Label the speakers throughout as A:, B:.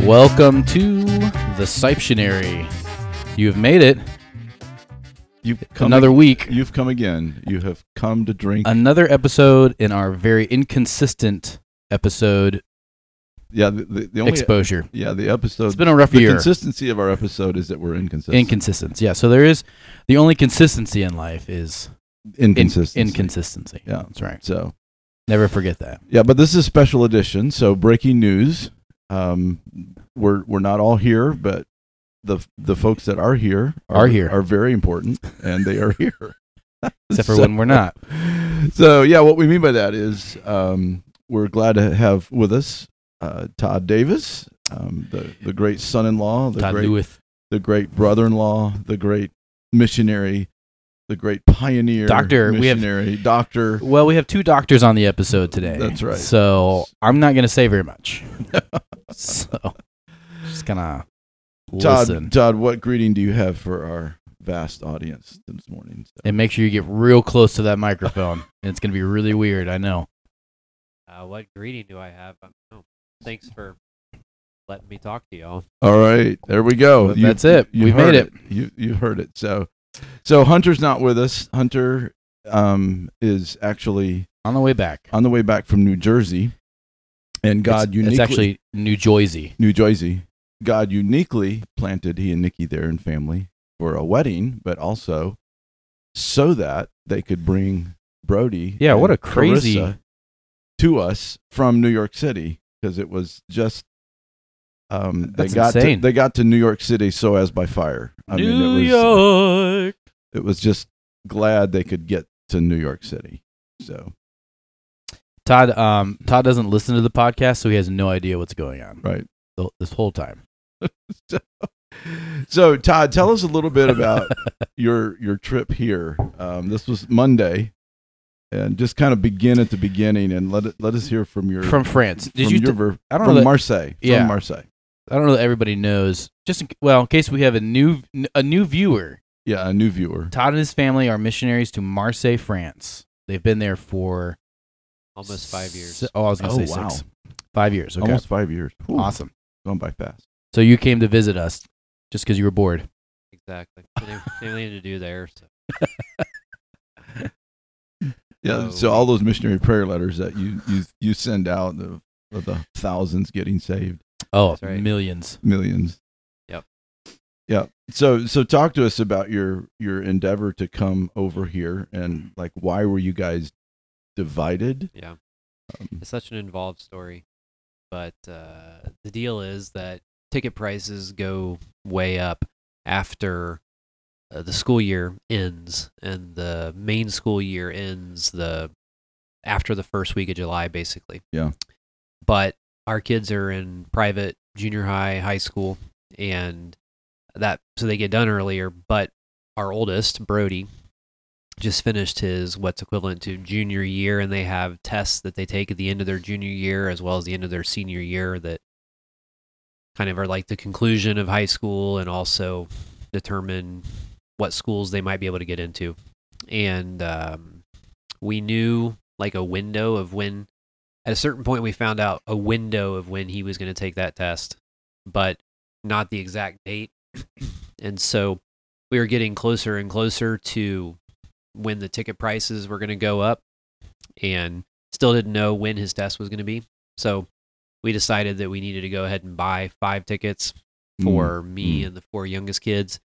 A: Welcome to the Siptionary. You have made it
B: You've come
A: another week, Uh,
B: You've come again. You have come to drink.
A: another episode in our very inconsistent episode
B: yeah, the, the, the only
A: exposure.
B: yeah the episode.
A: It's been a rough
B: the
A: year.
B: consistency of our episode is that we're inconsistent.
A: Inconsistence. Yeah. So there is the only consistency in life is in-
B: Inconsistency.
A: inconsistency.
B: Yeah.
A: That's right.
B: so
A: Never forget that.
B: yeah, but this is special edition. So breaking news. Um, we're we're not all here, but the the folks that are here
A: Are here.
B: are very important, and they are here.
A: Except for
B: So-
A: when we're not.
B: So yeah, what we mean by that is um, we're glad to have with us uh, Todd Davis, um, the the great son-in-law, the
A: Todd
B: great
A: Lewis,
B: the great brother-in-law, the great missionary, the great pioneer,
A: Doctor, we have-
B: missionary, doctor.
A: Well, we have two doctors on the episode today.
B: That's right.
A: So I'm not going to say very much. so just gonna listen
B: Todd, Todd, what greeting do you have for our vast audience this morning?
A: and make sure you get real close to that microphone. and it's gonna be really weird. I know.
C: Uh, what greeting do I have? I don't know. Thanks for letting me talk to y'all.
B: All right, there we go.
A: But that's it.
B: Oh, you
A: We've
B: heard
A: made it.
B: You you heard it. So, so Hunter's not with us. Hunter um, is actually
A: On the way back,
B: on the way back from New Jersey, and Oh, God
A: it's,
B: uniquely
A: it's actually New Jersey.
B: New Jersey. God uniquely planted he and Nikki there and family for a wedding, but also so that they could bring Brody.
A: Yeah, what
B: and
A: a crazy-
B: Carissa to us from New York City because it was just. Um, they
A: That's
B: got to,
A: insane.
B: they got to New York City so as by fire. I mean, it was
C: York.
B: it was just glad they could get to New York City. So
A: Todd, um, Todd doesn't listen to the podcast, so he has no idea what's going on
B: right.
A: the- this whole time.
B: So Todd, tell us a little bit about your your trip here. Um, this was Monday, and just kind of begin at the beginning and let it, let us hear from your
A: From France, did
B: from
A: you?
B: your
A: t-
B: ver-
A: I don't
B: from
A: know. That,
B: Marseille
A: Yeah.
B: from Marseille.
A: I don't know that everybody knows. Just in, c- well, in case we have a new a new viewer,
B: Yeah, a new viewer.
A: Todd and his family are missionaries to Marseille, France. They've been there for
C: Almost five years.
A: s- Oh, I was gonna
B: Oh,
A: say
B: wow.
A: six. Five years. Okay,
B: Almost five years. Whew,
A: awesome.
B: going by fast.
A: So you came to visit us just because you were bored.
C: Exactly. They didn't they didn't need to do there. So.
B: Yeah.
C: Oh.
B: So all those missionary prayer letters that you you you send out of, of the thousands getting saved,
A: Oh,
C: That's right.
A: millions.
B: millions.
C: Yep.
B: Yeah. So so talk to us about your your endeavor to come over here and like why were you guys divided?
C: Yeah.
B: Um,
C: It's such an involved story. But uh, the deal is that ticket prices go way up after uh, the school year ends, and the main school year ends the after the first week of July, basically.
B: Yeah.
C: But our kids are in private junior high, high school, and that so they get done earlier. But our oldest, Brody, just finished his what's equivalent to junior year and they have tests that they take at the end of their junior year as well as the end of their senior year that kind of are like the conclusion of high school and also determine what schools they might be able to get into and um, we knew like a window of when at a certain point we found out a window of when he was going to take that test but not the exact date and so we were getting closer and closer to when the ticket prices were going to go up and still didn't know when his test was going to be. So we decided that we needed to go ahead and buy five tickets for me
B: mm.
C: and the four youngest kids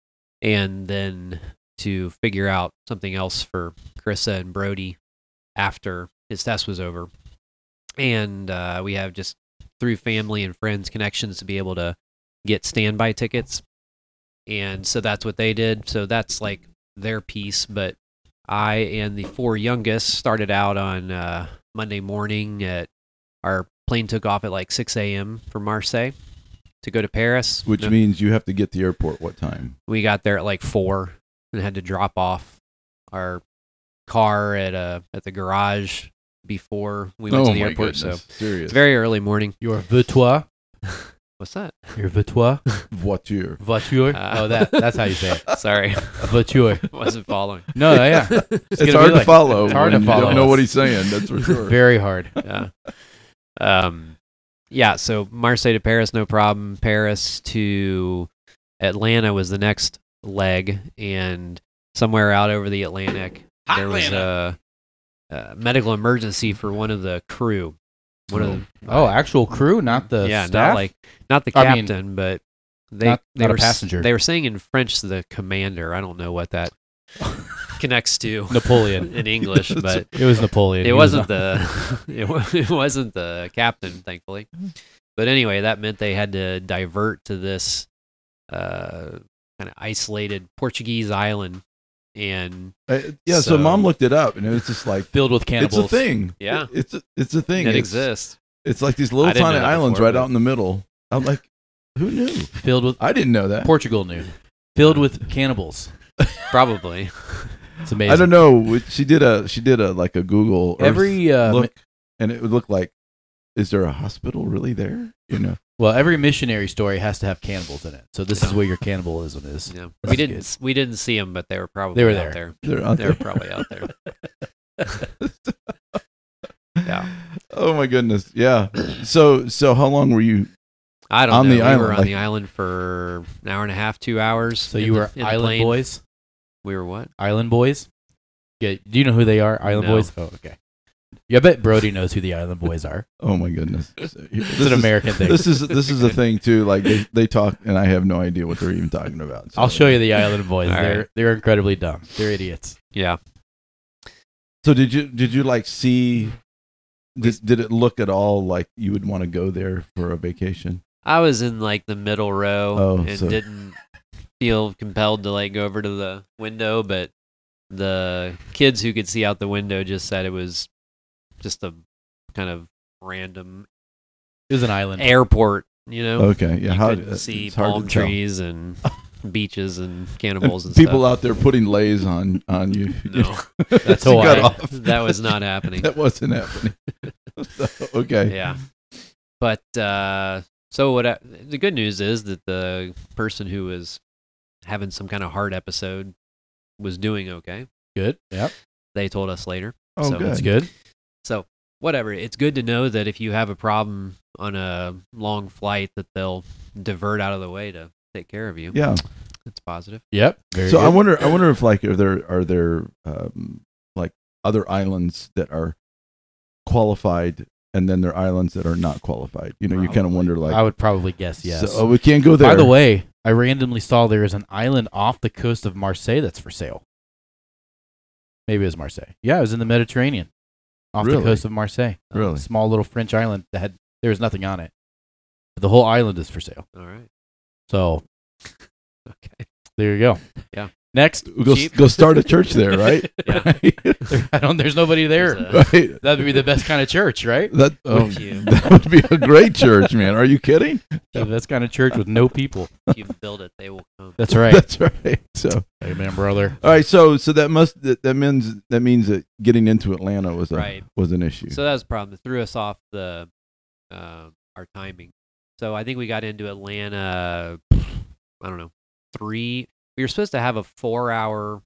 C: and then to figure out something else for Carissa and Brody after his test was over. And uh, we have just through family and friends connections to be able to get standby tickets. And so that's what they did. So that's like their piece, but I and the four youngest started out on uh, Monday morning. At our plane took off at like 6 a.m. from Marseille to go to Paris,
B: which
C: No,
B: means you have to get to the airport what time?
C: we got there at like four and had to drop off our car at uh at the garage before we
B: Oh
C: went to the airport. So
B: serious
C: it's very early morning.
A: Your vautois.
C: What's that?
A: Your vautois.
B: voiture.
A: Vauture.
C: Uh,
A: oh, that, that's how you say it.
C: Sorry,
A: Vauture.
C: wasn't following.
A: No, yeah.
B: It's,
A: gonna be
B: hard to
A: like-
B: follow.
A: it's hard to
B: when
A: follow.
B: You don't know what he's saying. That's for sure.
A: Very hard.
C: yeah. Um, yeah, so Marseille to Paris, no problem. Paris to Atlanta was the next leg, and somewhere out over the Atlantic,
A: Hot
C: there was a, a medical emergency for one of the crew. One of the,
A: Oh, actual crew, not the
C: yeah,
A: staff?
C: not like not the
A: I mean,
C: captain, but they
A: not-
C: they
A: not a
C: were s-
A: passenger.
C: They were saying in French the commander. I don't know what that connects to
A: Napoleon.
C: in English, but
A: It was Napoleon. He
C: it
A: was
C: wasn't
A: a-
C: the it, wa- it wasn't the captain thankfully but anyway that meant they had to divert to this uh kind of isolated portuguese island and
B: Uh, yeah, so,
C: So-
B: mom looked it up, and it was just like
A: filled with
B: it's a
A: cannibals.
B: thing.
C: Yeah.
B: It- it's a, it's a thing.
C: it
B: it's,
C: exists
B: It's like these
C: I
B: little
C: didn't know
B: tiny
C: that
B: islands
C: before,
B: right
C: but-
B: out in the middle. I'm like, who knew?
A: Filled with
B: I didn't know that.
A: Portugal knew. Filled with cannibals.
C: probably
A: It's amazing.
B: I don't know. She did a she did a like a Google Earth
A: Every uh,
B: look, and it would look like, is there a hospital really there? You know,
A: Well, every missionary story has to have cannibals in it. So this is where your cannibalism is.
C: yeah. we
A: That's
C: didn't
A: good.
C: s- we didn't see them but they were probably
A: They were
C: out
A: there.
C: there
B: they're out
C: they were
B: there.
C: probably out there yeah.
B: Oh my goodness. Yeah. So so how long were you?
C: i don't
B: On
C: know
B: the
C: we were
B: island,
C: on
B: like-
C: the island for an hour and a half two hours
A: So
C: in
A: you
C: the-
A: were
C: in the
A: Island
C: plane.
A: Boys.
C: we were what
A: Island Boys. Yeah, do you know who they are? Island
C: No.
A: Boys. Oh, okay. Yeah, I bet Brody knows who the Island Boys are.
B: Oh my goodness. This
A: It's an American thing.
B: This is this is a thing too. Like they, they talk, and I have no idea what they're even talking about. So.
A: I'll show you the Island Boys.
C: All right.
A: They're they're incredibly dumb. They're idiots.
C: yeah
B: So did you did you like see? Did, did it look at all like you would want to go there for a vacation?
C: I was in like the middle row
B: Oh,
C: and
B: so-
C: didn't feel compelled to like go over to the window, but the kids who could see out the window just said it was just a kind of random
A: It was an island.
C: airport, you know.
B: Okay, Oh, yeah.
C: you
B: how uh,
C: could
B: it's
C: see
B: hard
C: palm
B: to tell.
C: trees and beaches and
B: And
C: cannibals and,
B: people
C: stuff.
B: out there putting lays on on you.
C: no,
A: That's
B: You got
A: Hawaii.
B: off.
C: that was not happening.
B: That wasn't happening. So, okay.
C: yeah. But uh, so what? I, the good news is that the person who was having some kind of heart episode was doing okay.
A: Good. Yep.
C: They told us later.
B: Oh,
C: So-
A: That's
B: good.
A: good.
C: So whatever. It's good to know that if you have a problem on a long flight, that they'll divert out of the way to take care of you.
B: Yeah.
C: It's positive.
A: Yep. Very
B: So I
A: good.
B: wonder. I wonder if like are there are there um, like other islands that are qualified, and then there are islands that are not qualified. You know, you kind of
C: Probably.
B: wonder like.
A: I would probably guess yes.
B: So, oh, we can't go there.
A: By the way, I randomly saw there is an island off the coast of Marseille that's for sale. Maybe it was Marseille. Yeah, it was in the Mediterranean, off the
B: Really?
A: coast of Marseille.
B: really.
A: Small little French island that had there was nothing on it. But the whole island is for sale.
C: All right.
A: So
C: Okay.
A: there you go.
C: Yeah.
A: Next,
B: Go,
C: Cheap.
B: go start a church there, right?
C: Yeah.
B: right.
A: I don't. There's nobody there.
C: There's a-
B: Right.
A: That'd be the best kind of church, right?
B: That oh,
C: Would you?
B: that would be a great church, man. Are you kidding?
A: The best kind of church with no people.
C: If you build it, they will come.
A: That's right.
B: That's right. So,
A: Amen, brother.
B: all right. So, so that must that, that means that means that getting into Atlanta was a
C: Right.
B: was an issue.
C: So that was a problem. It threw us off the um our timing. So I think we got into Atlanta. I don't know three. We were supposed to have a four hour.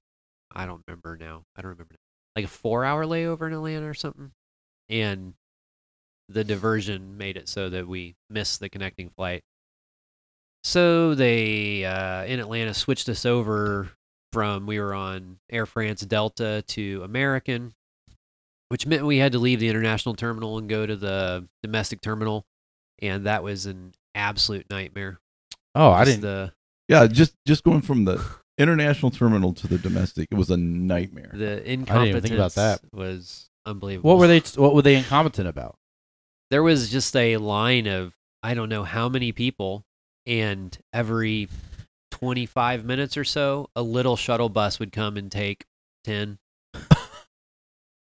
C: I don't remember now. I don't remember now. Like a four hour layover in Atlanta or something, and the diversion made it so that we missed the connecting flight. So they uh, in Atlanta switched us over from we were on Air France Delta to American which meant we had to leave the international terminal and go to the domestic terminal, and that was an absolute nightmare.
A: Oh, I
C: Just
A: didn't.
C: The
B: yeah, just just going from the international terminal to the domestic, it was a nightmare.
C: the
A: even
C: incompetence
A: think about that.
C: was unbelievable.
A: What were they? What were they incompetent about?
C: There was just a line of I don't know how many people, and every twenty-five minutes or so, a little shuttle bus would come and take ten.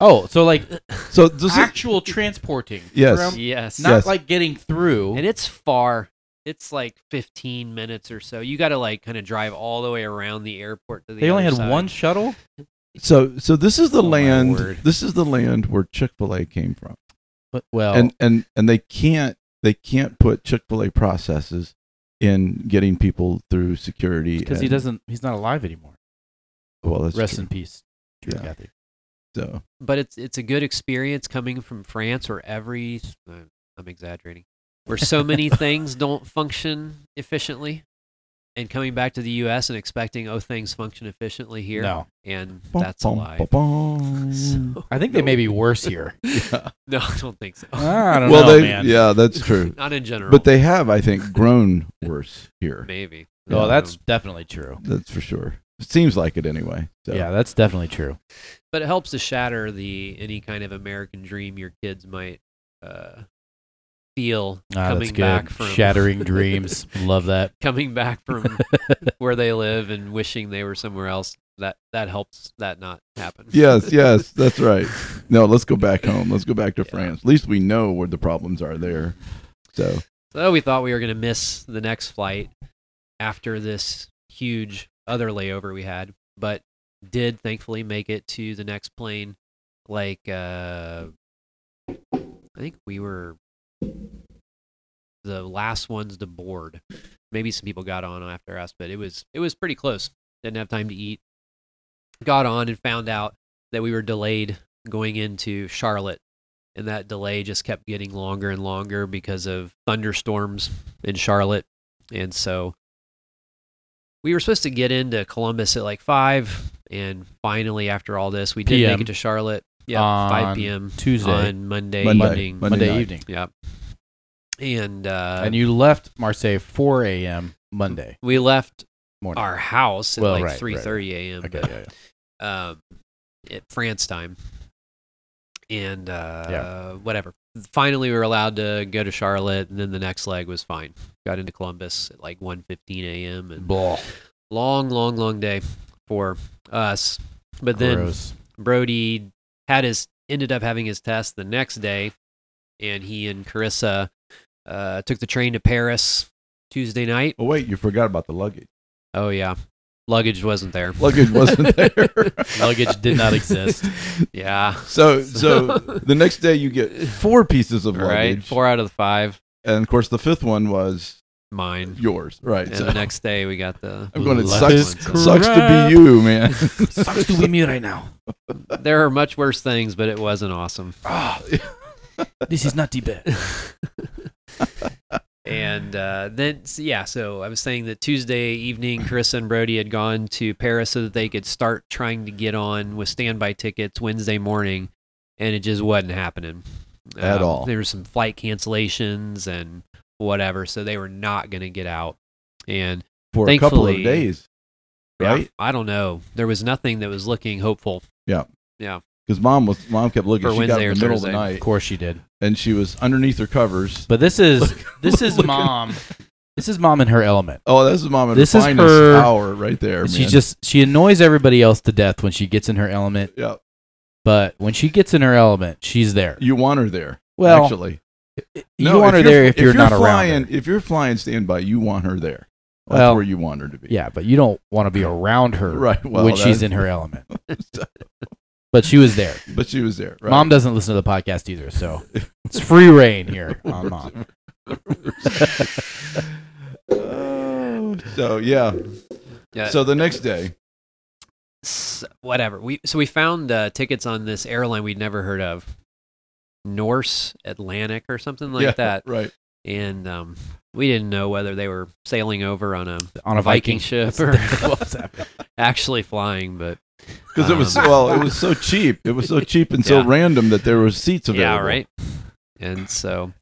A: Oh, so like
B: So this is,
A: actual transporting.
B: Yes.
A: from-
C: Yes,
A: not
B: Yes.
A: like getting through.
C: and it's far it's like 15 minutes or so you got to like kind of drive all the way around the airport to the
A: they only had
C: other side.
A: one shuttle.
B: so so this is the
C: Oh, my
B: land.
C: word.
B: This is the land where Chick Fil A came from,
A: But,
C: Oh.
A: well,
B: and and and they can't they can't put Chick Fil A processes in getting people through security
A: because he
B: and-
A: doesn't. He's not alive anymore.
B: Well, that's
A: Rest
B: true.
A: in peace, Drew
B: Yeah.
A: Cathy.
B: So
C: but it's it's a good experience coming from france where every uh, i'm exaggerating where so many things don't function efficiently. And coming back to the U.S. and expecting oh things function efficiently here,
A: No,
C: and that's a lie. So-
A: I think they may be worse here.
C: no, I don't think so.
A: I don't
B: well,
A: know,
B: they,
A: man.
B: yeah, that's true.
C: Not in general,
B: But they have, I think, grown worse here.
C: maybe.
A: No,
B: Yeah.
A: Oh, that's definitely true.
B: That's for sure. It seems like it anyway. So.
A: Yeah, that's definitely true.
C: but it helps to shatter the any kind of American dream your kids might uh, feel
A: Ah,
C: coming
A: that's good.
C: back from
A: Shattering dreams. Love that.
C: coming back from where they live and wishing they were somewhere else. That that helps that not happen.
B: Yes, yes, that's right. No, let's go back home. Let's go back to
C: Yeah.
B: France. At least we know where the problems are there. So
C: So we thought we were going to miss the next flight after this huge other layover we had, but did thankfully make it to the next plane. Like, uh, I think we were the last ones to board. Maybe some people got on after us, but it was it was pretty close. Didn't have time to eat. Got on and found out that we were delayed going into Charlotte and that delay just kept getting longer and longer because of thunderstorms in Charlotte. And so we were supposed to get into Columbus at like 5 and finally after all this we did
A: PM.
C: make it to Charlotte. Yeah,
A: On
C: 5 p.m.
A: Tuesday.
C: on Monday,
B: Monday.
C: evening.
B: Monday
A: Monday,
B: night.
A: evening.
C: Yeah. And uh
A: and you left Marseille 4 a.m. Monday
C: we left
A: morning.
C: our house at
A: Well,
C: like
A: right, right,
C: 3:30 a.m.
A: Okay,
C: but,
A: yeah, yeah.
C: um, at France time. And uh, whatever. Finally, we were allowed to go to Charlotte, and then the next leg was fine. Got into Columbus at like 1.15 a.m. and
A: Blah.
C: long, long, long day for us. But then
A: Gross.
C: Brody had his ended up having his test the next day, and he and Carissa uh, took the train to Paris Tuesday night.
B: Oh wait, you forgot about the luggage.
C: Oh yeah, luggage wasn't there.
B: Luggage wasn't there.
A: Luggage did not exist.
C: Yeah,
B: So so the next day you get four pieces of
C: right.
B: luggage.
C: Four out of the five.
B: And of course the fifth one was
C: mine.
B: yours. Right.
C: And
B: so
C: the next day we got the.
B: I'm going to
A: Last
B: suck,
A: one.
B: sucks to
A: Crap.
B: be you, man.
A: Sucks to be me right now.
C: There are much worse things, but it wasn't awesome.
A: Ah, this is not Tibet.
C: And uh, then, s- yeah, so I was saying that Tuesday evening, Chris and Brody had gone to Paris so that they could start trying to get on with standby tickets Wednesday morning, and it just wasn't happening
B: At
C: Um,
B: all.
C: There were some flight cancellations and whatever, so they were not going to get out. And
B: For a couple of
C: Thankfully-
B: days.
C: yeah,
B: Right?
C: I don't know. There was nothing that was looking hopeful.
B: Because mom was mom kept looking.
C: For
B: she got
C: Wednesday
B: up
C: or
B: in the middle of the
C: Thursday.
A: Of
B: night
A: course she did.
B: and she was underneath her covers.
A: But this is this is
B: Look at-
A: mom. This is mom in her element.
B: Oh, this is mom and
A: This is
B: finest
A: her-
B: hour right there.
A: She
B: man.
A: just she annoys everybody else to death when she gets in her element,
B: yeah.
A: but when she gets in her element, she's there.
B: You want her there.
A: Well,
B: actually,
A: you
B: No,
A: want her
B: you're-
A: there if, you're, not
B: flying,
A: around. her.
B: If you're flying standby, you want her there. That's
A: Well,
B: where you want her to be.
A: Yeah, but you don't want to be around her
B: Right. Well,
A: when she's
B: that's-
A: in her element. But she was there.
B: But she was there. Right?
A: Mom doesn't listen to the podcast either, so it's free reign here on mom.
B: Oh, so yeah.
C: Yeah.
B: So the next day,
C: s- whatever. We so we found uh, tickets on this airline we'd never heard of, Norse Atlantic or something like
B: yeah,
C: that,
B: Right.
C: and um, we didn't know whether they were sailing over on a
A: On a Viking,
C: Viking ship or
A: That's what's happening.
C: actually flying. But
B: Because it was
C: Um,
B: well, it was so cheap. It was so cheap and so
C: Yeah.
B: random that there were seats available.
C: yeah, right. And so,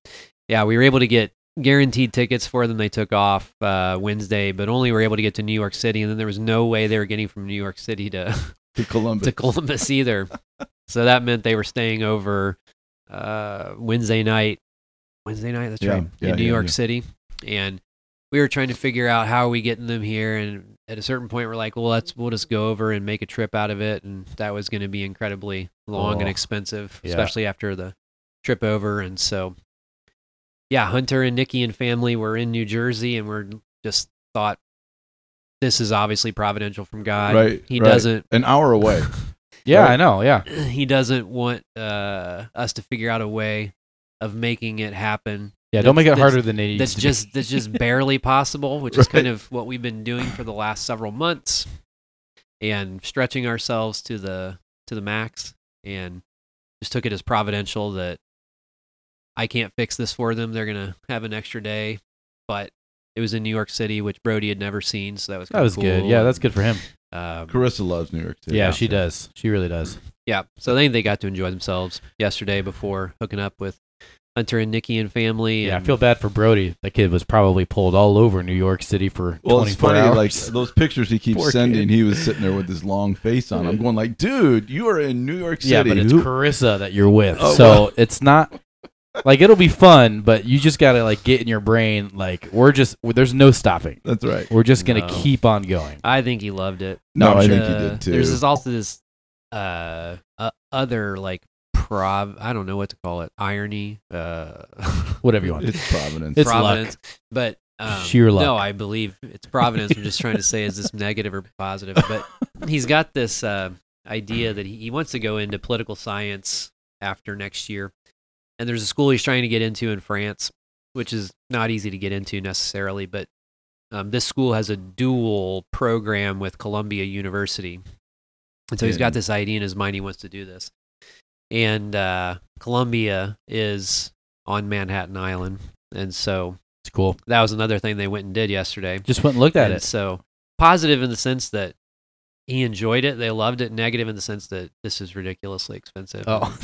C: yeah, we were able to get guaranteed tickets for them. They took off uh, Wednesday, but only were able to get to New York City, and then there was no way they were getting from New York City to
B: To Columbus.
C: to Columbus either. so that meant they were staying over uh, Wednesday night. Wednesday night, that's
B: Yeah,
C: right,
B: yeah,
C: in New
B: yeah,
C: York
B: yeah.
C: City, and we were trying to figure out how are we getting them here. And at a certain point, we're like, well, let's we'll just go over and make a trip out of it, and that was going to be incredibly long and
A: Oh,
C: expensive,
A: yeah.
C: especially after the trip over. And so, yeah, Hunter and Nikki and family were in New Jersey, and we're just thought. This is obviously providential from God.
B: Right,
C: He
B: right.
C: doesn't
B: An hour away.
A: Yeah,
B: Right.
A: I know. Yeah,
C: he doesn't want uh, us to figure out a way of making it happen
A: yeah. Don't make it
C: That's-
A: harder than it needs
C: that's
A: to be.
C: just that's just barely possible which is kind of what we've been doing for the last several months and stretching ourselves to the to the max and just took it as providential that I can't fix this for them. They're gonna have an extra day, but it was in New York City, which Brody had never seen, so that was
A: That was
C: cool.
A: good. Yeah, that's good for him.
C: Um,
B: Carissa loves New York City.
A: Yeah, she does. She really does.
C: yeah, so I think they got to enjoy themselves yesterday before hooking up with Hunter and Nikki and family.
A: Yeah, I
C: and-
A: feel bad for Brody. That kid was probably pulled all over New York City for
B: Well, it's
A: 24
B: funny.
A: hours.
B: Like those pictures he keeps
A: Poor
B: sending,
A: kid.
B: he was sitting there with his long face on. I'm going like, dude, you are in New York City.
A: yeah, but it's
B: Who-
A: Carissa that you're with,
B: Oh,
A: so
B: well.
A: it's not like it'll be fun, but you just gotta like get in your brain like we're just there's no stopping.
B: That's right.
A: We're just gonna
C: No.
A: keep on going.
C: I think he loved it.
B: No,
A: I'm
B: I
A: sure.
B: think he
C: Uh,
B: did too.
C: There's this, also this uh, uh, other like prov. I don't know what to call it. Irony. Uh,
A: Whatever you want.
B: it's Providence.
A: It's
C: providence. But um,
A: Sheer luck.
C: No, I believe it's providence. I'm just trying to say is this negative or positive? But he's got this uh, idea that he, he wants to go into political science after next year, and there's a school he's trying to get into in France, which is not easy to get into necessarily, but um, this school has a dual program with Columbia University. And so he's
A: Hmm.
C: got this idea in his mind. He wants to do this. And uh, Columbia is on Manhattan Island. And so
A: It's cool.
C: that was another thing they went and did yesterday.
A: Just went and looked at
C: and
A: it.
C: So positive in the sense that he enjoyed it. They loved it. Negative in the sense that this is ridiculously expensive.
A: Oh,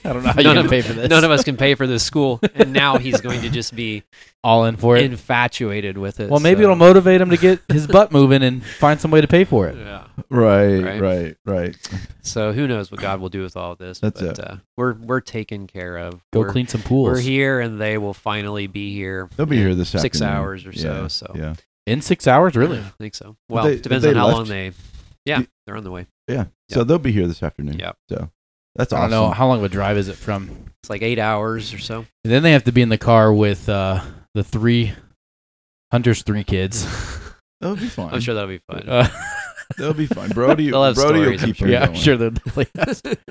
A: I don't know how you're
C: None
A: gonna
C: of-
A: pay for this.
C: None of us can pay for this school. And now he's going to just be
A: all in for it.
C: infatuated with it.
A: well, maybe
C: so-
A: it'll motivate him to get his butt moving and find some way to pay for it.
C: Yeah.
B: Right,
C: Right.
B: right, right,
C: So who knows what God will do with all of this?
B: That's
C: but,
B: it.
C: Uh, we're we're taken care of.
A: Go
C: we're,
A: clean some
C: We're
A: pools
C: here, and they will finally be here.
B: They'll be
C: in
B: here this
C: six
B: afternoon.
C: hours or so.
B: Yeah,
C: so
B: Yeah,
A: in six hours. Really?
C: I think so. Well,
B: they-
C: it depends
B: they
C: on how
B: left?
C: long they. Yeah, they're on the way.
B: yeah. So they'll be here this afternoon.
C: Yep.
B: So that's
A: I don't
B: awesome.
A: know how long of a drive is it from.
C: It's like eight hours or so.
A: And then they have to be in the car with uh, the three hunters, three kids.
B: That'll be fine.
C: I'm sure that'll be fun.
A: Uh,
B: That'll be fine. Brody,
C: They'll have
B: Brody
C: stories,
B: will
C: I'm
B: keep
C: sure.
B: her
A: yeah, I'm
B: going.
A: sure they're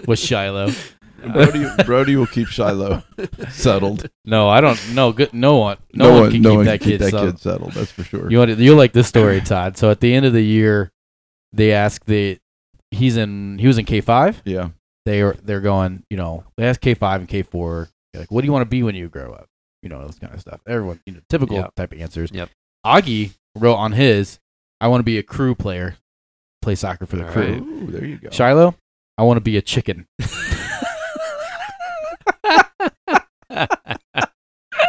A: with Shiloh.
B: Brody, Brody will keep Shiloh settled.
A: No, I don't. No, good. No one. No, one can keep that kid. so-
B: settled. That's for sure.
A: You want to, you'll like this story, Todd. So at the end of the year, they ask the he's in he was in K five.
B: yeah.
A: they are they're going, you know, they ask K five and K four, like, what do you want to be when you grow up? You know, this kind of stuff. Everyone, you know, typical
C: Yep.
A: type of answers.
C: Yep.
A: Augie wrote on his, I want to be a crew player, play soccer for the
C: All
A: crew.
C: right.
B: Ooh, there you go.
A: Shiloh, I want to be a chicken.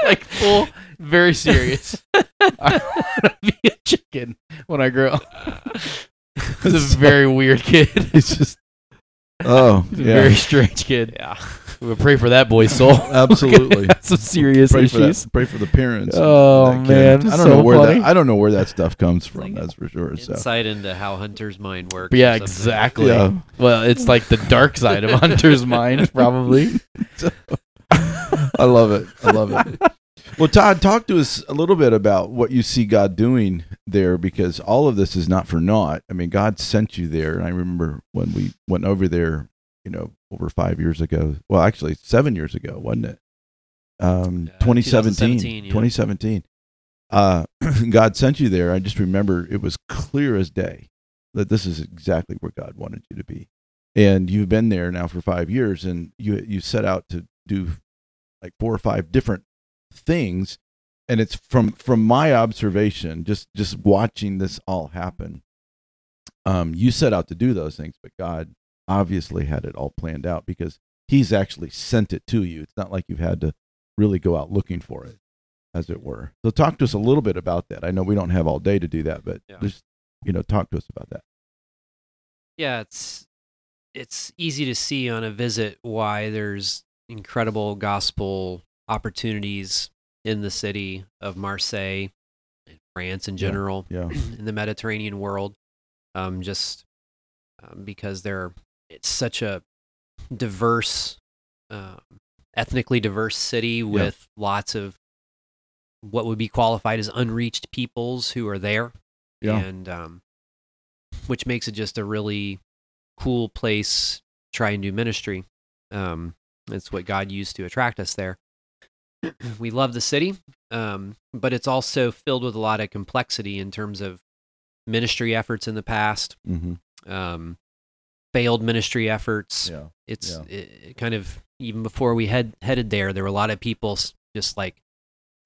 A: like full, very serious. I want to be a chicken when I grow up. This is a very weird kid.
B: It's just. Oh,
A: He's a
B: yeah.
A: very strange kid.
C: yeah.
A: We would pray for that boy's soul.
B: Absolutely.
A: Some serious
B: Pray for,
A: issues.
B: that, pray for the parents.
A: Oh,
B: That kid.
A: man,
B: I don't
A: so
B: know where
A: funny.
B: that I don't know where that stuff comes from. That's for sure. So
C: Insight into how Hunter's mind works.
A: But yeah,
C: or something.
A: exactly.
B: yeah,
A: Well, it's like the dark side of Hunter's mind, probably.
B: I love it. I love it. Well, Todd, talk to us a little bit about what you see God doing there, because all of this is not for naught. I mean, God sent you there, and I remember when we went over there, you know, over five years ago. Well, actually, seven years ago, wasn't it? Um,
C: Uh,
B: 2017.
C: 2017, yeah.
B: 2017. Uh, God sent you there. I just remember it was clear as day that this is exactly where God wanted you to be, and you've been there now for five years, and you you set out to do like four or five different things and it's from from my observation just just watching this all happen um you set out to do those things but god obviously had it all planned out because he's actually sent it to you it's not like you've had to really go out looking for it as it were so talk to us a little bit about that i know we don't have all day to do that but
C: Yeah.
B: just you know talk to us about that
C: Yeah, it's it's easy to see on a visit why there's incredible gospel opportunities in the city of Marseille, in France in
B: Yeah.
C: general.
B: yeah
C: in the Mediterranean world, um, just um, because they're it's such a diverse, um ethnically diverse city with lots of what would be qualified as unreached peoples who are there,
B: Yeah.
C: and um, which makes it just a really cool place to try and do ministry. Um, it's what God used to attract us there. we love the city, um, but it's also filled with a lot of complexity in terms of ministry efforts in the past
B: mm-hmm.
C: um, failed ministry efforts.
B: Yeah.
C: It's it, it kind of even before we head headed there, there were a lot of people s- just like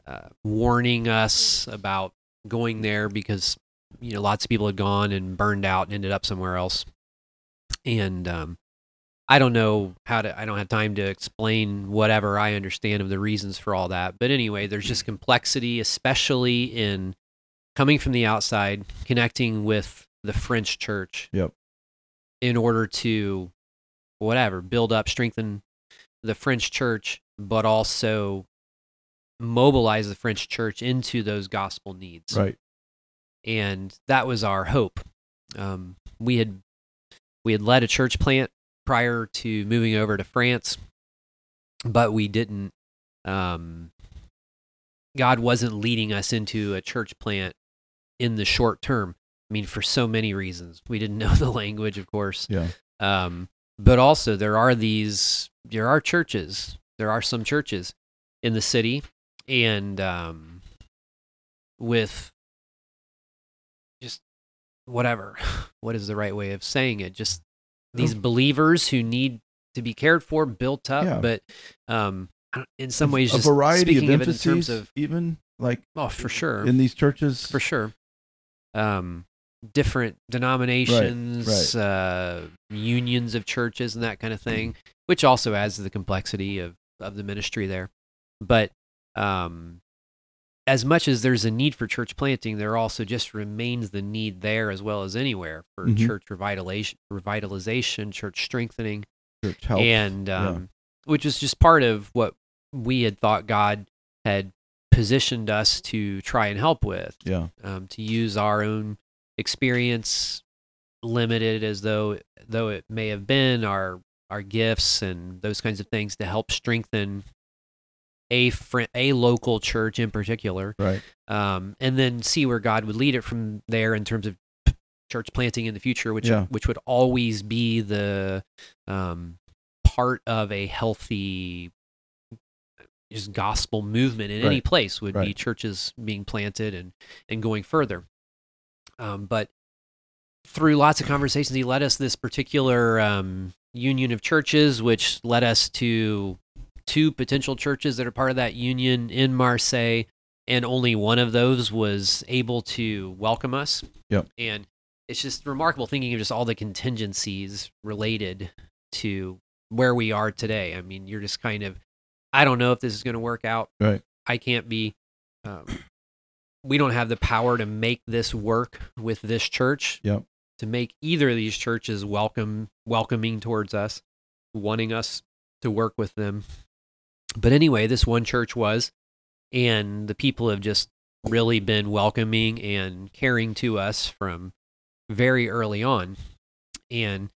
C: uh, warning us about going there because you know lots of people had gone and burned out and ended up somewhere else. And um, I don't know how to. I don't have time to explain whatever I understand of the reasons for all that. But anyway, there's just complexity, especially in coming from the outside, connecting with the French church.
B: Yep.
C: In order to, whatever, build up, strengthen the French church, but also mobilize the French church into those gospel needs
B: Right.
C: and that was our hope. Um, we had we had led a church plant prior to moving over to France, but we didn't. Um, God wasn't leading us into a church plant in the short term. I mean, for so many reasons, we didn't know the language, of course.
B: Yeah.
C: Um, but also, there are these there are churches. There are some churches in the city, and um, with just whatever what is the right way of saying it just these believers who need to be cared for built up
B: Oh. Yeah.
C: but um I don't- in some ways
B: a
C: just
B: variety of
C: speaking of, it in
B: emphases,
C: terms of
B: even like
C: oh for sure
B: in these churches.
C: for sure um different denominations uh unions of churches and that kind of thing which also adds to the complexity of of the ministry there but um as much as there's a need for church planting there also just remains the need there as well as anywhere for
B: Mhm.
C: church revitalization revitalization church strengthening
B: church health.
C: and
B: Yeah.
C: um, which is just part of what we had thought God had positioned us to try and help with,
B: yeah.
C: um, to use our own experience, limited as though though it may have been our our gifts and those kinds of things to help strengthen a fri a local church in particular,
B: Right.
C: um, and then see where God would lead it from there in terms of p- church planting in the future, which
B: Yeah.
C: which would always be the um, part of a healthy just gospel movement in any
B: Right.
C: place would be
B: Right.
C: churches being planted and and going further. Um, but through lots of conversations, he led us this particular um, union of churches, which led us to two potential churches that are part of that union in Marseille, and only one of those was able to welcome us.
B: Yep.
C: And it's just remarkable thinking of just all the contingencies related to where we are today. I mean, you're just kind of, I don't know if this is going to work out.
B: Right.
C: I can't be. Um, we don't have the power to make this work with this church.
B: Yep.
C: To make either of these churches welcome, welcoming towards us, wanting us to work with them. But anyway, this one church was, and the people have just really been welcoming and caring to us from very early on. And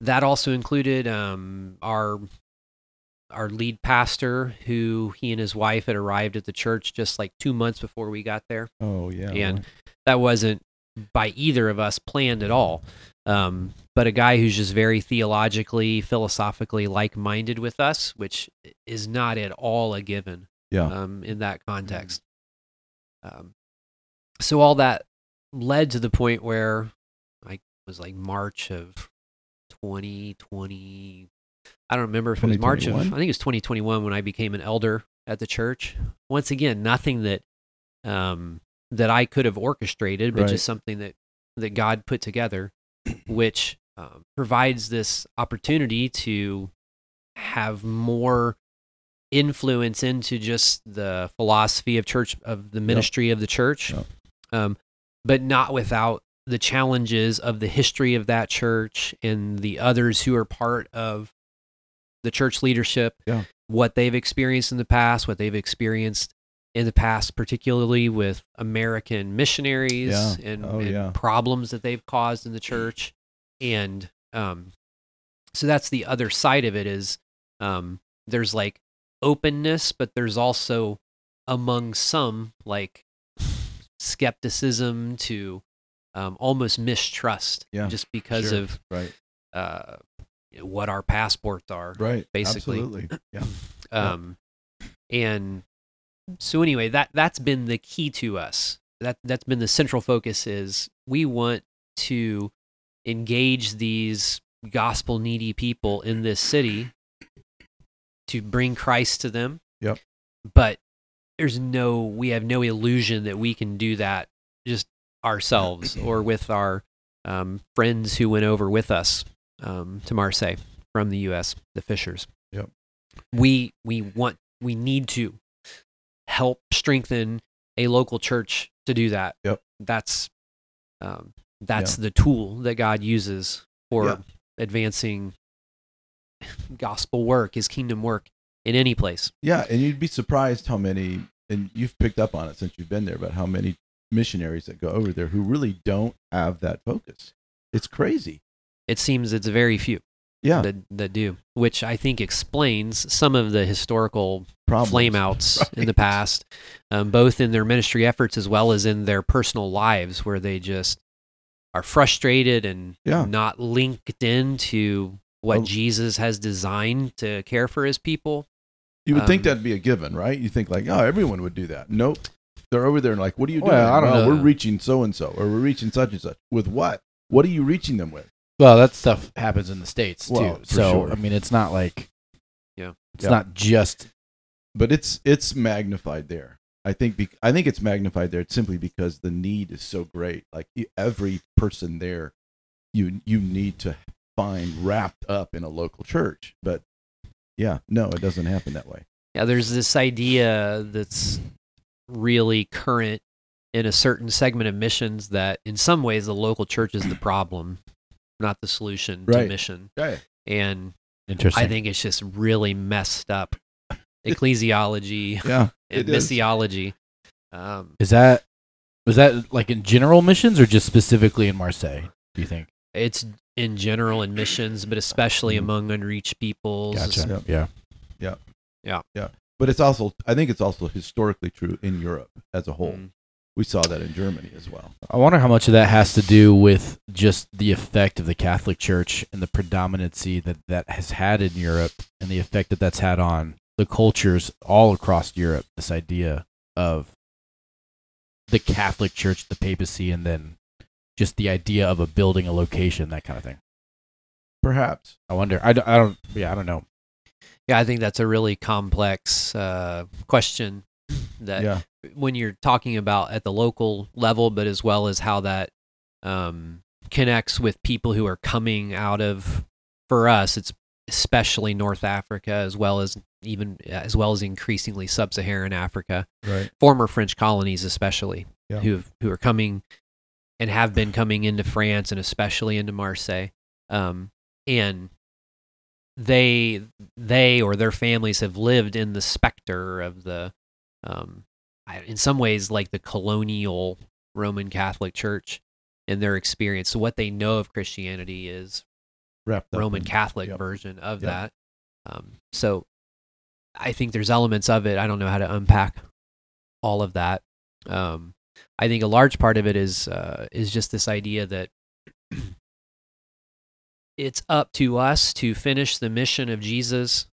C: that also included um, our our lead pastor, who he and his wife had arrived at the church just like two months before we got there
B: Oh yeah.
C: and that wasn't by either of us planned at all. Um, but a guy who's just very theologically, philosophically like-minded with us, which is not at all a given
B: yeah.
C: um, in that context. Um, so all that led to the point where I it was like March of 2020. I don't remember if it was March of, I
B: 2021?
C: think it was 2021 when I became an elder at the church. Once again, nothing that, um, that I could have orchestrated, but
B: Right.
C: just something that, that God put together, which um, provides this opportunity to have more influence into just the philosophy of church of the ministry of the church
B: Yep.
C: um, but not without the challenges of the history of that church and the others who are part of the church leadership
B: Yeah.
C: what they've experienced in the past what they've experienced in the past particularly with american missionaries
B: Yeah.
C: and,
B: Oh,
C: and
B: yeah.
C: problems that they've caused in the church and um, so that's the other side of it is um, there's like openness but there's also among some like skepticism to um, almost mistrust
B: Yeah,
C: just because
B: sure.
C: of
B: Right.
C: uh, what our passports are
B: Right.
C: basically.
B: Absolutely. Yeah. Yeah.
C: um, and so anyway that that's been the key to us that that's been the central focus is we want to engage these gospel needy people in this city to bring Christ to them.
B: Yep.
C: But there's no, we have no illusion that we can do that just ourselves or with our um, friends who went over with us um, to Marseille from the U.S. The Fishers.
B: Yep.
C: We we want we need to help strengthen a local church to do that.
B: Yep.
C: That's um, that's the tool that God uses for
B: Yeah.
C: advancing gospel work, His kingdom work in any place.
B: Yeah, and you'd be surprised how many, and you've picked up on it since you've been there, but how many missionaries that go over there who really don't have that focus. It's crazy.
C: It seems it's very few
B: Yeah,
C: that that do, which I think explains some of the historical
B: problems.
C: flameouts in the
B: Right.
C: past, um, both in their ministry efforts as well as in their personal lives, where they just are frustrated and
B: Yeah.
C: not linked into what
B: Well-
C: Jesus has designed to care for His people.
B: You would think
C: Um,
B: that'd be a given, right? You think like, oh, everyone would do that. Nope. They're over there and like, what are you doing?
A: Well, I don't
B: Well,
C: know.
B: We're reaching so and so, or we're reaching such and such. With what? What are you reaching them with?
A: Well, that stuff happens in the states too.
B: Well, for
A: so
B: sure.
A: I mean, it's not like
C: Yeah.
A: it's
B: Yeah.
A: not just
B: But it's it's magnified there. I think be, I think it's magnified there simply because the need is so great. Like e- every person there, you you need to find wrapped up in a local church. But yeah, no, it doesn't happen that way.
C: Yeah, there's this idea that's really current in a certain segment of missions that, in some ways, the local church is the problem, not the solution to
B: Right.
C: mission.
B: Right.
C: And
A: interesting.
C: I think it's just really messed up ecclesiology
B: Yeah.
C: and
B: It is.
C: missiology. Um,
A: is that was that like in general missions or just specifically in Marseille? Do you think?
C: it's in general in missions, but especially
B: Mm-hmm.
A: Mm.
C: among unreached peoples.
A: Gotcha.
B: Yep.
A: Yeah.
B: But it's also I think it's also historically true in Europe as a whole.
C: Mm.
B: We saw that in Germany as well.
A: I wonder how much of that has to do with just the effect of the Catholic Church and the predominancy that that has had in Europe and the effect that that's had on the cultures all across Europe. This idea of the Catholic Church, the papacy, and then just the idea of a building, a location, that kind of thing.
B: Perhaps.
A: I wonder. I don't. I don't yeah, I don't know.
C: Yeah, I think that's a really complex uh, question that
B: yeah.
C: when you're talking about at the local level, but as well as how that um, connects with people who are coming out of, for us, it's especially North Africa, as well as even as well as increasingly sub-Saharan Africa,
B: Right.
C: former French colonies, especially
B: Yeah.
C: who who are coming and have been coming into France and especially into Marseille, um, and they they or their families have lived in the specter of the um, I- in some ways like the colonial Roman Catholic Church in their experience. So what they know of Christianity is
B: Wrapped up
C: Roman
B: in-
C: Catholic
B: Yep.
C: version of
B: Yep.
C: that. Um, so I think there's elements of it. I don't know how to unpack all of that. Um, I think a large part of it is uh, is just this idea that it's up to us to finish the mission of Jesus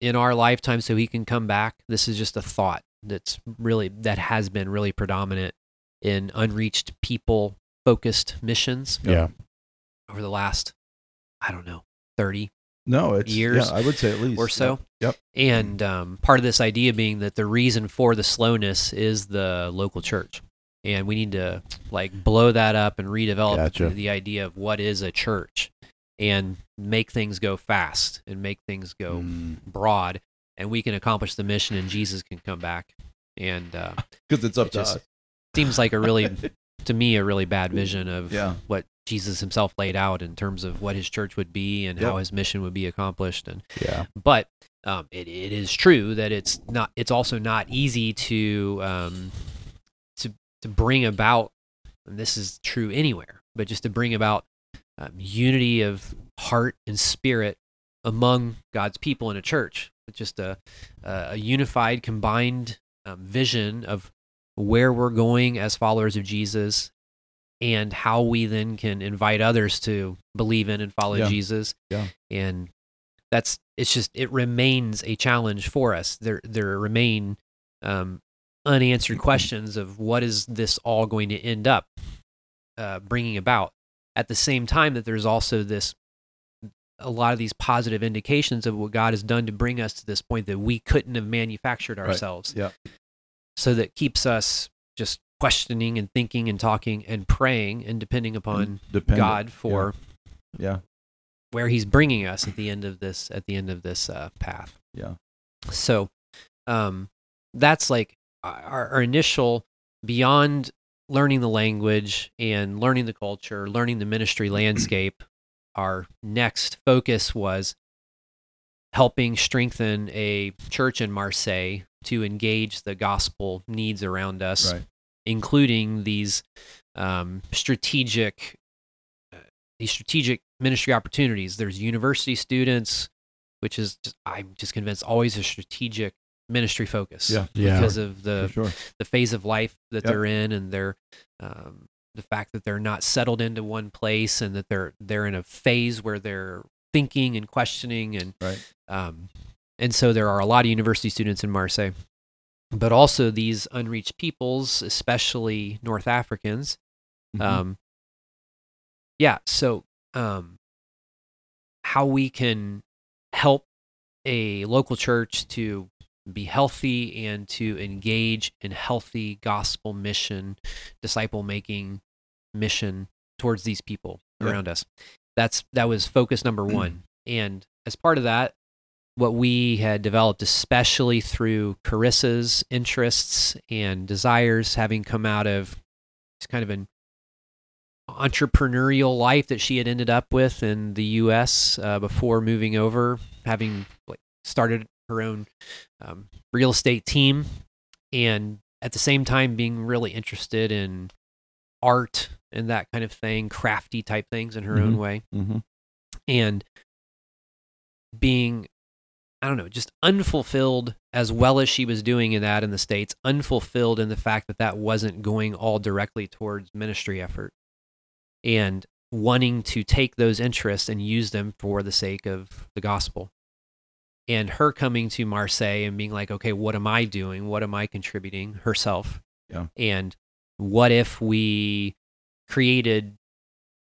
C: in our lifetime so he can come back. This is just a thought that's really that has been really predominant in unreached people focused missions
A: Yeah.
C: over the last I don't know 30
B: No, it's
C: years
B: Yeah, I would say at least
C: or so.
B: Yep.
C: And um, part of this idea being that the reason for the slowness is the local church, and we need to like blow that up and redevelop
A: Gotcha.
C: the idea of what is a church, and make things go fast and make things go
B: Mm.
C: broad, and we can accomplish the mission, and Jesus can come back. And uh,
B: because it's up
C: It
B: to
C: just-
B: us.
C: seems like a really, to me, a really bad vision of
B: Yeah.
C: what Jesus himself laid out in terms of what his church would be and how his mission would be accomplished. And
A: Yeah.
C: but um, it, it is true that it's not. It's also not easy to um, to to bring about. And this is true anywhere, but just to bring about um, unity of heart and spirit among God's people in a church. It's just a a a unified, combined um, vision of where we're going as followers of Jesus and how we then can invite others to believe in and follow
B: Yeah.
C: Jesus.
B: Yeah.
C: And that's it's just it remains a challenge for us. There there remain um, unanswered
B: Mm-hmm.
C: questions of what is this all going to end up uh, bringing about. At the same time that there's also this a lot of these positive indications of what God has done to bring us to this point that we couldn't have manufactured
B: Right.
C: ourselves.
B: Yeah.
C: So that keeps us just questioning and thinking and talking and praying and depending upon
B: Dependent.
C: God for
B: Yeah.
C: where He's bringing us at the end of this at the end of this uh, path.
B: Yeah.
C: So um, that's like uh, our, our initial beyond learning the language and learning the culture, learning the ministry landscape. Our next focus was helping strengthen a church in Marseille to engage the gospel needs around us,
B: Right.
C: including these um, strategic uh, these strategic ministry opportunities. There's university students, which is just, I'm just convinced always a strategic ministry focus.
B: Yeah.
A: Yeah.
C: Because of the
B: For sure.
C: the phase of life
B: Yep.
C: that they're in and their um, the fact that they're not settled into one place and that they're they're in a phase where they're thinking and questioning and
B: Right.
C: um, and so there are a lot of university students in Marseille, but also these unreached peoples, especially North Africans.
B: Mm-hmm.
C: Um, yeah, so um, how we can help a local church to be healthy and to engage in healthy gospel mission, disciple making mission towards these people
B: Yeah.
C: around us. That's that was focus number one. And as part of that, what we had developed, especially through Carissa's interests and desires, having come out of just kind of an entrepreneurial life that she had ended up with in the U.S. Uh, before moving over, having like started her own um, real estate team, and at the same time being really interested in art and that kind of thing, crafty type things in her own way
B: hmm
C: and being i don't know just unfulfilled as well as she was doing in that in the states unfulfilled in the fact that that wasn't going all directly towards ministry effort and wanting to take those interests and use them for the sake of the gospel and her coming to marseille and being like okay what am i doing what am i contributing herself
B: Yeah.
C: and what if we created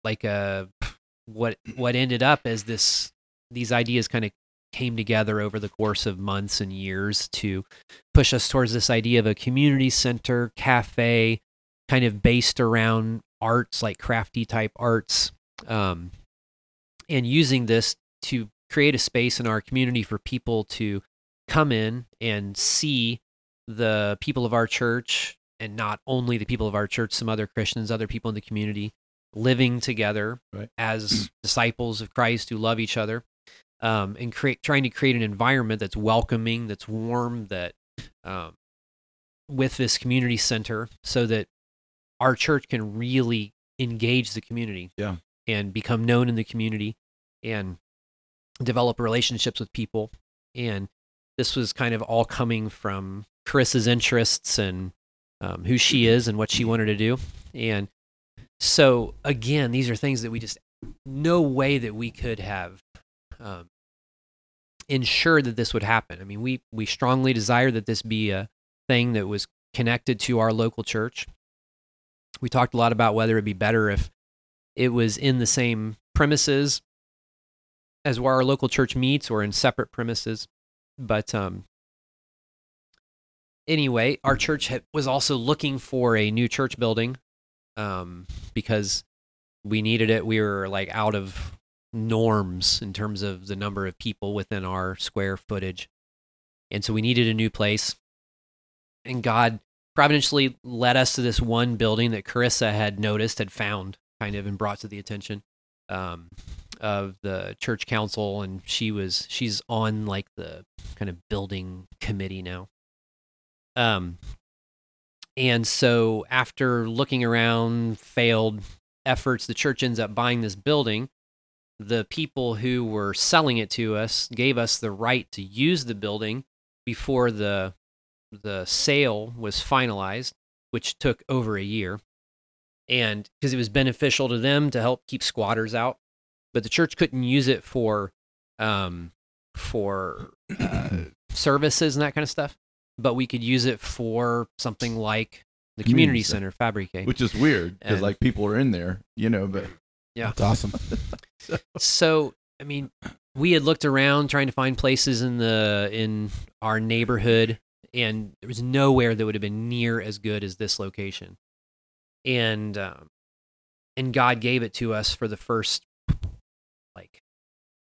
C: like a what what ended up as this these ideas kind of came together over the course of months and years to push us towards this idea of a community center cafe kind of based around arts like crafty type arts um, and using this to create a space in our community for people to come in and see the people of our church and not only the people of our church some other christians other people in the community living together
B: Right.
C: as disciples of christ who love each other um, and create trying to create an environment that's welcoming that's warm that um, with this community center so that our church can really engage the community
B: Yeah.
C: and become known in the community and develop relationships with people and this was kind of all coming from chris's interests and um, who she is and what she wanted to do and so again these are things that we just no way that we could have um, ensured that this would happen i mean we we strongly desire that this be a thing that was connected to our local church we talked a lot about whether it'd be better if it was in the same premises as where our local church meets or in separate premises but um anyway our church ha- was also looking for a new church building um because we needed it we were like out of norms in terms of the number of people within our square footage and so we needed a new place and god providentially led us to this one building that carissa had noticed had found kind of and brought to the attention um, of the church council and she was she's on like the kind of building committee now um and so after looking around failed efforts the church ends up buying this building the people who were selling it to us gave us the right to use the building before the the sale was finalized which took over a year and because it was beneficial to them to help keep squatters out but the church couldn't use it for um for uh, services and that kind of stuff but we could use it for something like the
B: Community
C: community, center, fabrique
B: Which is weird because
C: And-
B: like people are in there, you know, but
C: Yeah.
A: That's awesome.
C: so I mean, we had looked around trying to find places in the in our neighborhood, and there was nowhere that would have been near as good as this location. And um, and God gave it to us for the first like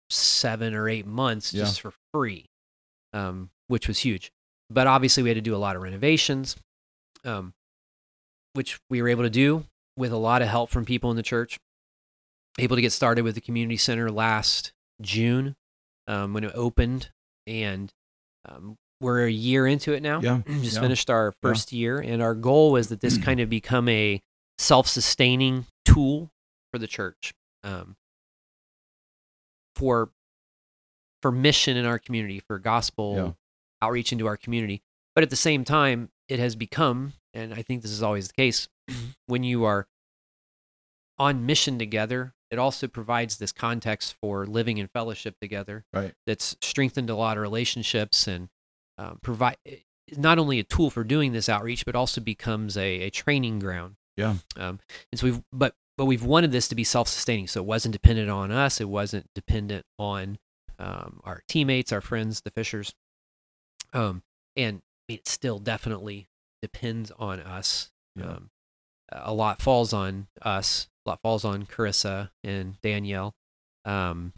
C: seven or eight months
B: Yeah.
C: just for free, um, which was huge. But obviously, we had to do a lot of renovations, um, which we were able to do with a lot of help from people in the church. Able to get started with the community center last June um, when it opened, and um, we're a year into it now.
B: Yeah,
C: Mm, just
B: yeah. Mm.
C: finished our first year, and our goal was that this kind of become a self-sustaining tool for the church, um, for for mission in our community, for gospel
B: Yeah.
C: outreach into our community. But at the same time, it has become, and I think this is always the case, when you are on mission together, it also provides this context for living in fellowship together.
B: Right.
C: That's strengthened a lot of relationships and um, provide not only a tool for doing this outreach, but also becomes a, a training ground.
B: Yeah.
C: Um, and so we've, but, but we've wanted this to be self sustaining. So it wasn't dependent on us. It wasn't dependent on um, our teammates, our friends, the Fishers. Um, and it still definitely depends on us.
B: Yeah.
C: Um, a lot falls on us. A lot falls on Carissa and Danielle. Um,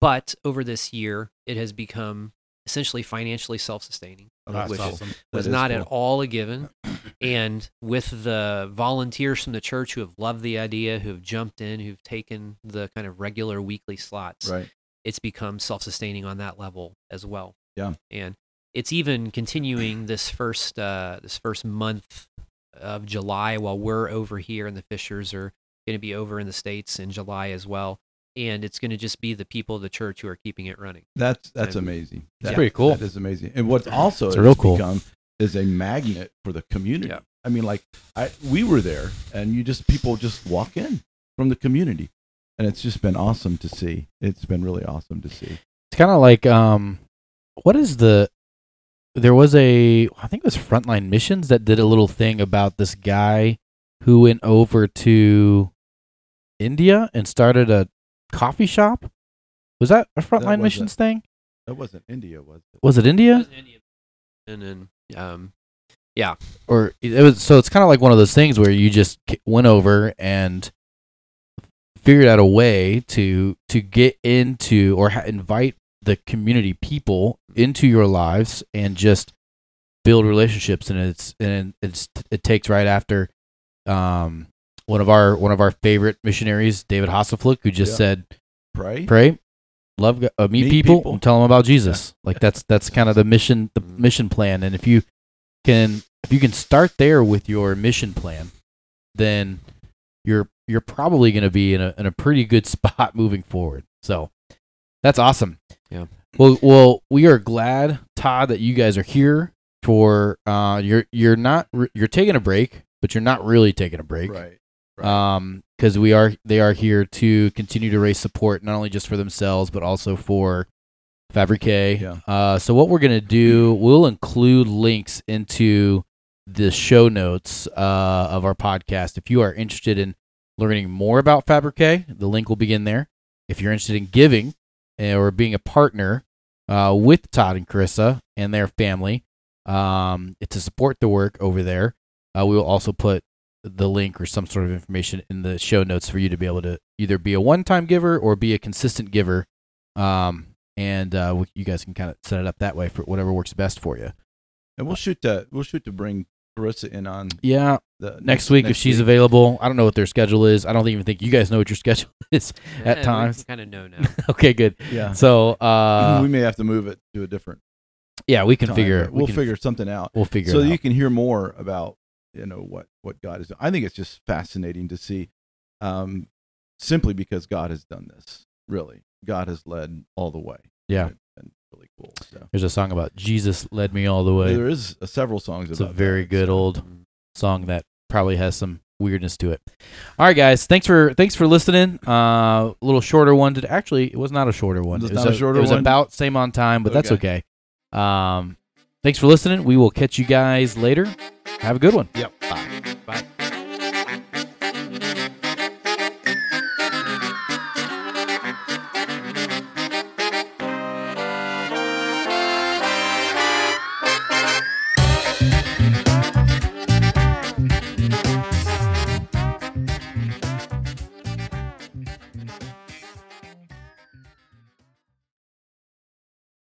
C: but over this year, it has become essentially financially self-sustaining.
B: Oh, That's
C: which
B: awesome. That
C: was
B: is
C: not at
B: cool.
C: all a given. and with the volunteers from the church who have loved the idea, who have jumped in, who've taken the kind of regular weekly slots,
B: Right.
C: it's become self-sustaining on that level as well.
B: Yeah.
C: And it's even continuing this first uh, this first month of July while we're over here and the Fishers are going to be over in the states in July as well. And it's going to just be the people of the church who are keeping it running.
B: That's that's
C: And-
B: amazing.
A: It's
B: That-
A: pretty cool.
B: That is amazing. And what's also
A: It's
B: it
A: real
B: has
A: cool.
B: become is a magnet for the community.
C: Yeah.
B: I mean, like I we were there, and you just people just walk in from the community, and it's just been awesome to see. It's been really awesome to see.
A: It's kind of like um, what is the? There was a I think it was Frontline Missions that did a little thing about this guy who went over to India and started a coffee shop. Was that a Frontline
B: was a-
A: Missions thing?
B: That wasn't India, was it?
A: Was it India
C: And then um,
A: or it was? So it's kind of like one of those things where you just k- went over and figured out a way to to get into or ha- invite the community people into your lives and just build relationships and it's and it's it takes right after um one of our one of our favorite missionaries David Hasselflick who just
B: Yeah.
A: said
B: Pray.
A: pray love Go- uh, meet,
B: Meet
A: people,
B: people.
A: and tell them about Jesus like that's that's kind of the mission the mission plan and if you can if you can start there with your mission plan then you're you're probably going to be in a in a pretty good spot moving forward so that's awesome
C: Yeah.
A: well well we are glad Todd that you guys are here for uh you're you're not re- you're taking a break but you're not really taking a break
B: Right.
A: um because we are they are here to continue to raise support not only just for themselves but also for Fabrique.
B: Yeah.
A: Uh, so what we're gonna do, we'll include links into the show notes uh, of our podcast. If you are interested in learning more about Fabrique, the link will be in there. If you're interested in giving eh, or being a partner uh, with Todd and Carissa and their family um, to support the work over there, uh, we will also put the link or some sort of information in the show notes for you to be able to either be a one-time giver or be a consistent giver. Um, and uh, we- you guys can kind of set it up that way for whatever works best for you.
B: And we'll shoot to we'll shoot to bring Carissa in on
A: Yeah,
B: the
A: next week if she's available. I don't know what their schedule is. I don't even think you guys know what your schedule is. At times.
C: kind of know now.
A: okay, good.
B: Yeah.
A: So uh,
B: we may have to move it to a different.
A: yeah, we can
B: time,
A: figure.
B: but
A: we
B: We'll
A: can-
B: figure something out.
A: We'll figure.
B: so
A: it
B: you
A: out.
B: can hear more about you know what what God is. I think it's just fascinating to see, um, simply because God has done this. Really, God has led all the way.
A: Yeah.
B: It's been really cool. So
A: There's a song about Jesus led me all the way.
B: there is uh, several songs.
A: It's a
B: about
A: very
B: that.
A: good old song that probably has some weirdness to it. All right, guys, thanks for thanks for listening. Uh, a little shorter one. Did actually it was not a shorter one.
B: It was
A: it was,
B: not a shorter
A: it was
B: one?
A: about same on time, but that's okay. Um, thanks for listening. We will catch you guys later. Have a good one.
B: Yep.